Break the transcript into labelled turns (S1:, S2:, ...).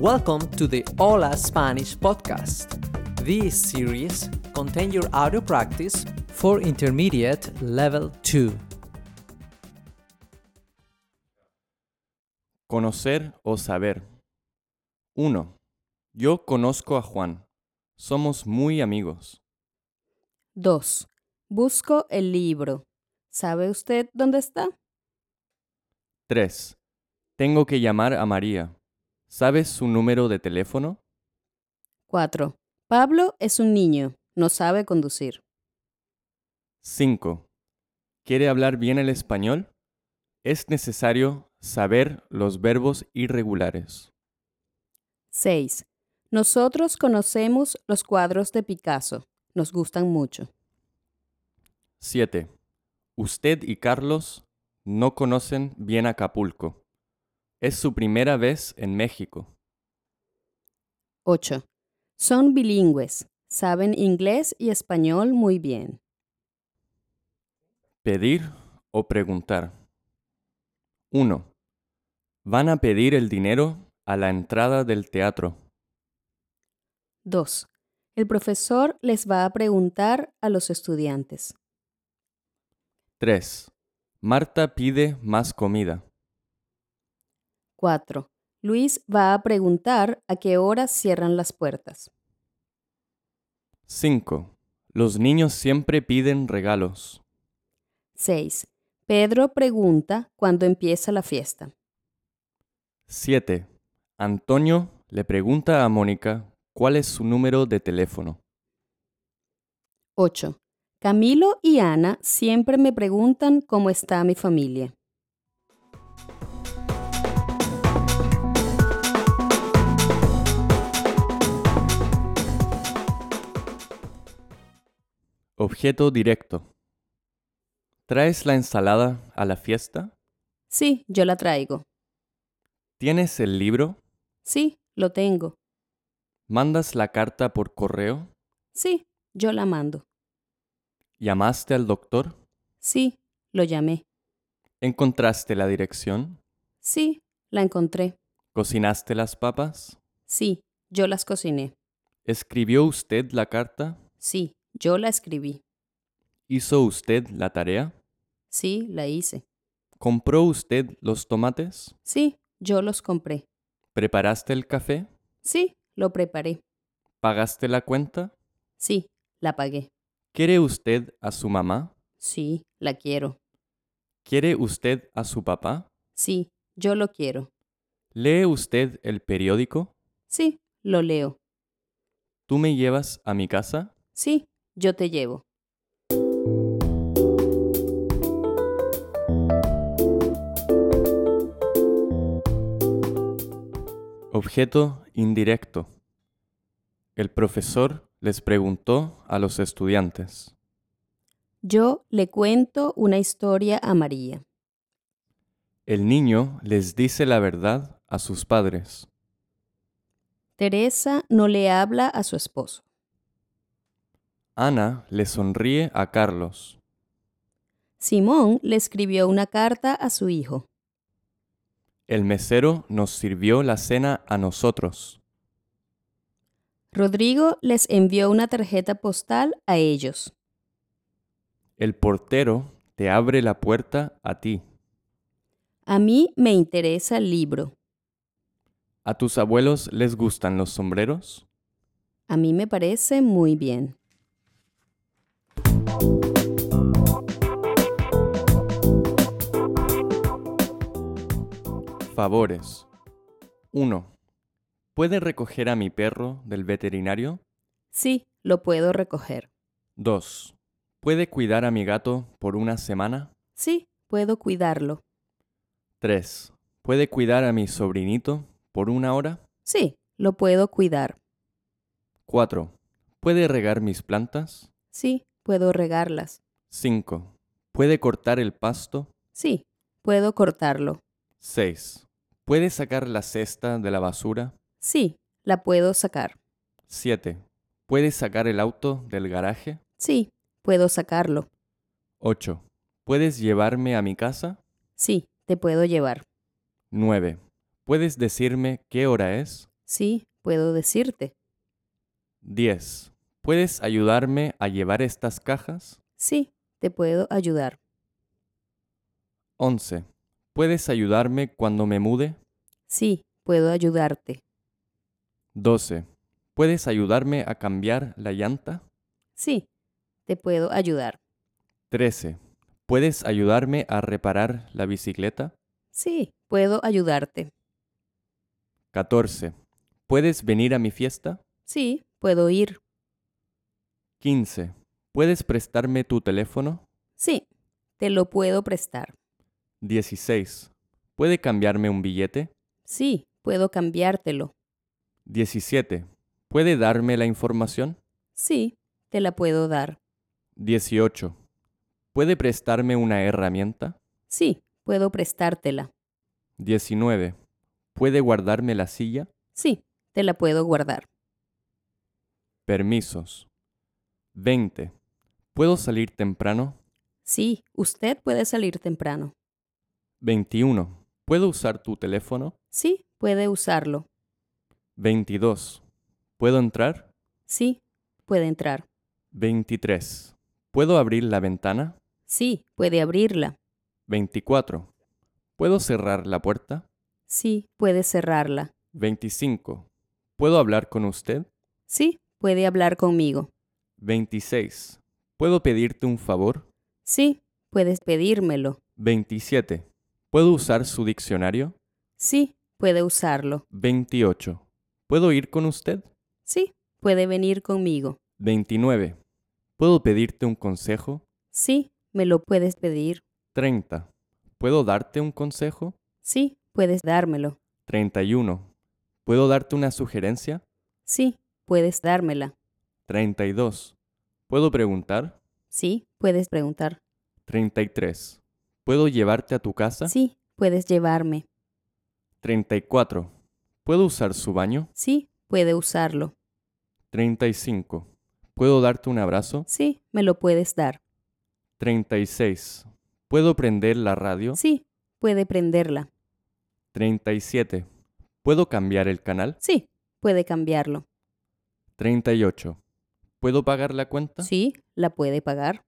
S1: Welcome to the Hola Spanish podcast. This series contains your audio practice for intermediate level 2.
S2: Conocer o saber. 1. Yo conozco a Juan. Somos muy amigos.
S3: 2. Busco el libro. ¿Sabe usted dónde está?
S2: 3. Tengo que llamar a María. ¿Sabes su número de teléfono?
S3: 4. Pablo es un niño. No sabe conducir.
S2: 5. ¿Quiere hablar bien el español? Es necesario saber los verbos irregulares.
S3: 6. Nosotros conocemos los cuadros de Picasso. Nos gustan mucho.
S2: 7. Usted y Carlos no conocen bien Acapulco. Es su primera vez en México.
S3: 8. Son bilingües. Saben inglés y español muy bien.
S2: Pedir o preguntar. 1. Van a pedir el dinero a la entrada del teatro.
S3: 2. El profesor les va a preguntar a los estudiantes.
S2: 3. Marta pide más comida.
S3: 4. Luis va a preguntar a qué hora cierran las puertas.
S2: 5. Los niños siempre piden regalos.
S3: 6. Pedro pregunta cuándo empieza la fiesta.
S2: 7. Antonio le pregunta a Mónica cuál es su número de teléfono.
S3: 8. Camilo y Ana siempre me preguntan cómo está mi familia.
S2: Objeto directo. ¿Traes la ensalada a la fiesta?
S3: Sí, yo la traigo.
S2: ¿Tienes el libro?
S3: Sí, lo tengo.
S2: ¿Mandas la carta por correo?
S3: Sí, yo la mando.
S2: ¿Llamaste al doctor?
S3: Sí, lo llamé.
S2: ¿Encontraste la dirección?
S3: Sí, la encontré.
S2: ¿Cocinaste las papas?
S3: Sí, yo las cociné.
S2: ¿Escribió usted la carta?
S3: Sí, yo la escribí.
S2: ¿Hizo usted la tarea?
S3: Sí, la hice.
S2: ¿Compró usted los tomates?
S3: Sí, yo los compré.
S2: ¿Preparaste el café?
S3: Sí, lo preparé.
S2: ¿Pagaste la cuenta?
S3: Sí, la pagué.
S2: ¿Quiere usted a su mamá?
S3: Sí, la quiero.
S2: ¿Quiere usted a su papá?
S3: Sí, yo lo quiero.
S2: ¿Lee usted el periódico?
S3: Sí, lo leo.
S2: ¿Tú me llevas a mi casa?
S3: Sí, yo te llevo.
S2: Objeto indirecto. El profesor les preguntó a los estudiantes.
S3: Yo le cuento una historia a María.
S2: El niño les dice la verdad a sus padres.
S3: Teresa no le habla a su esposo.
S2: Ana le sonríe a Carlos.
S3: Simón le escribió una carta a su hijo.
S2: El mesero nos sirvió la cena a nosotros.
S3: Rodrigo les envió una tarjeta postal a ellos.
S2: El portero te abre la puerta a ti.
S3: A mí me interesa el libro.
S2: ¿A tus abuelos les gustan los sombreros?
S3: A mí me parece muy bien.
S2: Favores. 1. ¿Puede recoger a mi perro del veterinario?
S3: Sí, lo puedo recoger.
S2: 2. ¿Puede cuidar a mi gato por una semana?
S3: Sí, puedo cuidarlo.
S2: 3. ¿Puede cuidar a mi sobrinito por una hora?
S3: Sí, lo puedo cuidar.
S2: 4. ¿Puede regar mis plantas?
S3: Sí, puedo regarlas.
S2: 5. ¿Puede cortar el pasto?
S3: Sí, puedo cortarlo.
S2: 6. ¿Puede sacar la cesta de la basura?
S3: Sí, la puedo sacar.
S2: 7. ¿Puede sacar el auto del garaje?
S3: Sí, puedo sacarlo.
S2: 8. ¿Puedes llevarme a mi casa?
S3: Sí, te puedo llevar.
S2: 9. ¿Puedes decirme qué hora es?
S3: Sí, puedo decirte.
S2: 10. ¿Puedes ayudarme a llevar estas cajas?
S3: Sí, te puedo ayudar.
S2: 11. ¿Puedes ayudarme cuando me mude?
S3: Sí, puedo ayudarte.
S2: 12. ¿Puedes ayudarme a cambiar la llanta?
S3: Sí, te puedo ayudar.
S2: 13. ¿Puedes ayudarme a reparar la bicicleta?
S3: Sí, puedo ayudarte.
S2: 14. ¿Puedes venir a mi fiesta?
S3: Sí, puedo ir.
S2: 15. ¿Puedes prestarme tu teléfono?
S3: Sí, te lo puedo prestar.
S2: 16. ¿Puede cambiarme un billete?
S3: Sí, puedo cambiártelo.
S2: 17. ¿Puede darme la información?
S3: Sí, te la puedo dar.
S2: 18. ¿Puede prestarme una herramienta?
S3: Sí, puedo prestártela.
S2: 19. ¿Puede guardarme la silla?
S3: Sí, te la puedo guardar.
S2: Permisos. 20. ¿Puedo salir temprano?
S3: Sí, usted puede salir temprano.
S2: 21. ¿Puedo usar tu teléfono?
S3: Sí, puede usarlo.
S2: 22. ¿Puedo entrar?
S3: Sí, puede entrar.
S2: 23. ¿Puedo abrir la ventana?
S3: Sí, puede abrirla.
S2: 24. ¿Puedo cerrar la puerta?
S3: Sí, puede cerrarla.
S2: 25. ¿Puedo hablar con usted?
S3: Sí, puede hablar conmigo.
S2: 26. ¿Puedo pedirte un favor?
S3: Sí, puedes pedírmelo.
S2: 27. ¿Puedo usar su diccionario?
S3: Sí, puede usarlo.
S2: 28. ¿Puedo ir con usted?
S3: Sí, puede venir conmigo.
S2: 29. ¿Puedo pedirte un consejo?
S3: Sí, me lo puedes pedir.
S2: 30. ¿Puedo darte un consejo?
S3: Sí, puedes dármelo.
S2: 31. ¿Puedo darte una sugerencia?
S3: Sí, puedes dármela.
S2: 32. ¿Puedo preguntar?
S3: Sí, puedes preguntar.
S2: 33. ¿Puedo llevarte a tu casa?
S3: Sí, puedes llevarme.
S2: 34. ¿Puedo usar su baño?
S3: Sí, puede usarlo.
S2: 35. ¿Puedo darte un abrazo?
S3: Sí, me lo puedes dar.
S2: 36. ¿Puedo prender la radio?
S3: Sí, puede prenderla.
S2: 37. ¿Puedo cambiar el canal?
S3: Sí, puede cambiarlo.
S2: 38. ¿Puedo pagar la cuenta?
S3: Sí, la puede pagar.